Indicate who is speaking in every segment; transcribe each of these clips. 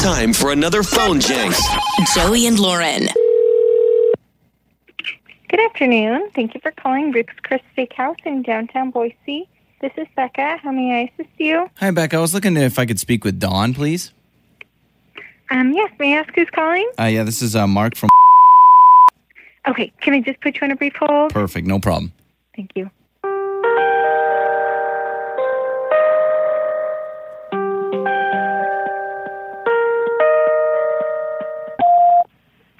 Speaker 1: Time for another phone jinx.
Speaker 2: Joey and Lauren.
Speaker 3: Good afternoon. Thank you for calling Rick's Chris Steakhouse in downtown Boise. This is Becca. How may I assist you?
Speaker 4: Hi, Becca. I was looking if I could speak with Dawn, please.
Speaker 3: Um, yes, may I ask who's calling?
Speaker 4: Uh, yeah, this is uh, Mark from
Speaker 3: Okay, can I just put you on a brief hold?
Speaker 4: Perfect. No problem.
Speaker 3: Thank you.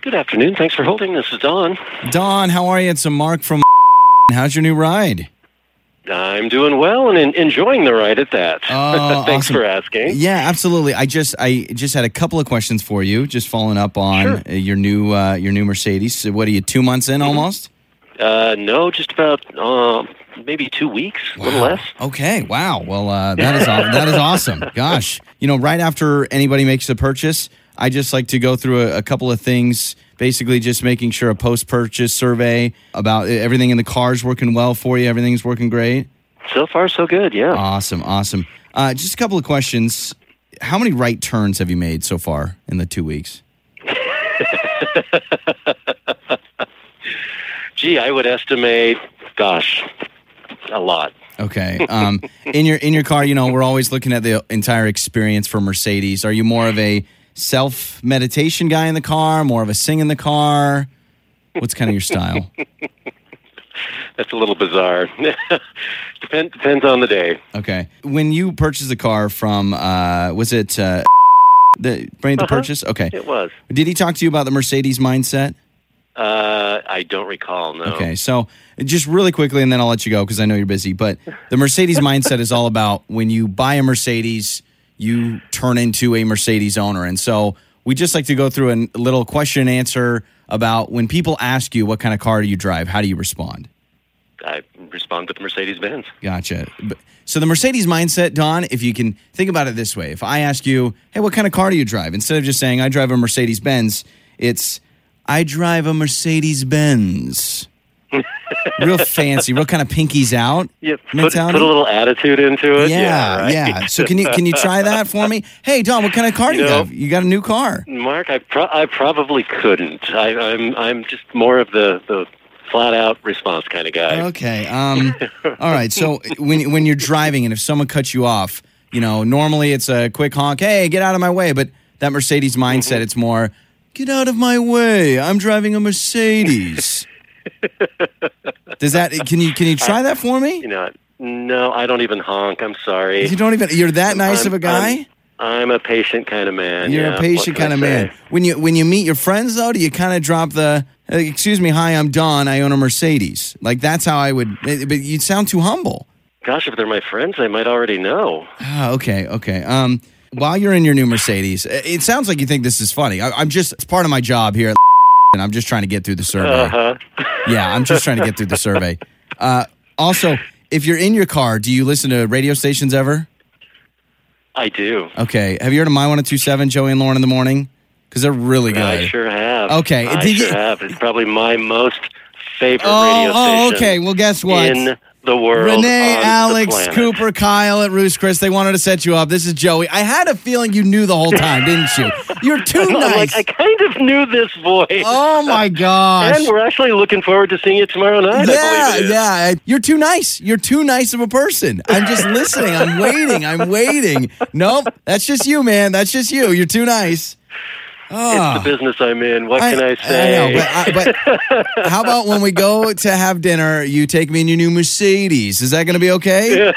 Speaker 5: Good afternoon. Thanks for holding. This is Don.
Speaker 4: Dawn, how are you? It's uh, Mark from How's your new ride?
Speaker 5: I'm doing well and en- enjoying the ride at that.
Speaker 4: Oh,
Speaker 5: Thanks
Speaker 4: awesome.
Speaker 5: for asking.
Speaker 4: Yeah, absolutely. I just I just had a couple of questions for you, just following up on
Speaker 5: Sure.
Speaker 4: uh, your new uh, your new Mercedes. So What are you? Two months in, almost.
Speaker 5: Uh, no, just about uh, maybe two weeks, a little less.
Speaker 4: Okay. Wow. Well, uh, that is aw- that is awesome. Gosh, you know, right after anybody makes the purchase, I just like to go through a, a couple of things. Basically, just making sure a post-purchase survey about e, everything in the car's working well for you. Everything's working great.
Speaker 5: So far, so good. Yeah.
Speaker 4: Awesome. Awesome. Uh, just a couple of questions. How many right turns have you made so far in the two weeks?
Speaker 5: Gee, I would estimate, gosh, a lot.
Speaker 4: Okay. Um, in your in your car, you know, we're always looking at the entire experience for Mercedes. Are you more of a self meditation guy in the car, more of a sing in the car? What's kind of your style?
Speaker 5: That's a little bizarre. Depend, depends on the day.
Speaker 4: Okay. When you purchased the car from, uh, was it uh, the made the purchase? Okay.
Speaker 5: It was.
Speaker 4: Did he talk to you about the Mercedes mindset?
Speaker 5: Uh, I don't recall. No.
Speaker 4: Okay, so just really quickly, and then I'll let you go because I know you're busy. But the Mercedes mindset is all about when you buy a Mercedes, you turn into a Mercedes owner. And so we just like to go through a little question and answer about when people ask you, what kind of car do you drive? How do you respond?
Speaker 5: I respond with Mercedes Benz.
Speaker 4: Gotcha. But- So the Mercedes mindset, Don, if you can think about it this way, if I ask you, hey, what kind of car do you drive? Instead of just saying, I drive a Mercedes Benz, it's, I drive a Mercedes Benz. real fancy, real kind of pinkies out
Speaker 5: Yeah. Put, put
Speaker 4: mentality.
Speaker 5: a little attitude into it.
Speaker 4: yeah, yeah.
Speaker 5: right.
Speaker 4: So can you can you try that for me? Hey, Don, what kind of car do you
Speaker 5: You know-
Speaker 4: have? You got a new car.
Speaker 5: Mark, I pro- I probably couldn't. I, I'm I'm just more of the the flat out response kind of guy.
Speaker 4: Okay. Um, all right. So when when you're driving and if someone cuts you off, you know, normally it's a quick honk, hey, get out of my way. But that Mercedes mindset,
Speaker 5: Mm-hmm.
Speaker 4: it's more, get out of my way. I'm driving a Mercedes. Does that can you can you try that for
Speaker 5: You
Speaker 4: me?
Speaker 5: know, no, I don't even honk. I'm sorry.
Speaker 4: You don't even you're that nice
Speaker 5: I'm-
Speaker 4: of a guy.
Speaker 5: I'm, I'm a patient kind of man.
Speaker 4: You're
Speaker 5: yeah,
Speaker 4: a
Speaker 5: what
Speaker 4: patient
Speaker 5: can
Speaker 4: kind
Speaker 5: I
Speaker 4: of man.
Speaker 5: say?
Speaker 4: When you when you meet your friends though, do you kind of drop the "Uh, excuse me, hi, I'm Don. I own a Mercedes. Like that's how I would. But you sound too humble.
Speaker 5: Gosh, if they're my friends, they might already know.
Speaker 4: Ah, okay, okay. Um, while you're in your new Mercedes, i- it sounds like you think this is funny. I, I'm just, it's part of my job here at and I'm just trying to get through the survey.
Speaker 5: Uh-huh.
Speaker 4: Yeah, I'm just trying to get through the survey. Uh, also, if you're in your car, do you listen to radio stations ever?
Speaker 5: I do.
Speaker 4: Okay. Have you heard of My 1027, Joey and Lauren in the Morning? Because they're really good.
Speaker 5: I sure have.
Speaker 4: Okay,
Speaker 5: I
Speaker 4: did you-
Speaker 5: sure have. It's probably my most favorite
Speaker 4: oh,
Speaker 5: radio
Speaker 4: oh, okay.
Speaker 5: station
Speaker 4: Well, guess what?
Speaker 5: in the world.
Speaker 4: Renee,
Speaker 5: on the
Speaker 4: Alex,
Speaker 5: planet.
Speaker 4: Cooper, Kyle at Roost Chris, they wanted to set you up. This is Joey. I had a feeling you knew the whole time, didn't you? You're too
Speaker 5: I'm
Speaker 4: nice.
Speaker 5: like, I kind of knew this voice.
Speaker 4: Oh my gosh.
Speaker 5: And we're actually looking forward to seeing you tomorrow night. I
Speaker 4: yeah,
Speaker 5: believe it is.
Speaker 4: yeah. You're too nice. You're too nice of a person. I'm just listening. I'm waiting. I'm waiting. Nope. That's just you, man. That's just you. You're too nice. Ah.
Speaker 5: It's the business I'm in. What can I
Speaker 4: I
Speaker 5: say?
Speaker 4: know, but, I, but how about when we go to have dinner, you take me in your new Mercedes? Is that going to be okay?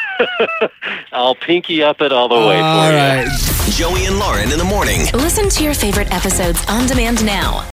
Speaker 5: I'll pinky up it all the way
Speaker 4: All
Speaker 5: for you.
Speaker 4: right.
Speaker 1: Joey and Lauren in the morning.
Speaker 2: Listen to your favorite episodes on demand now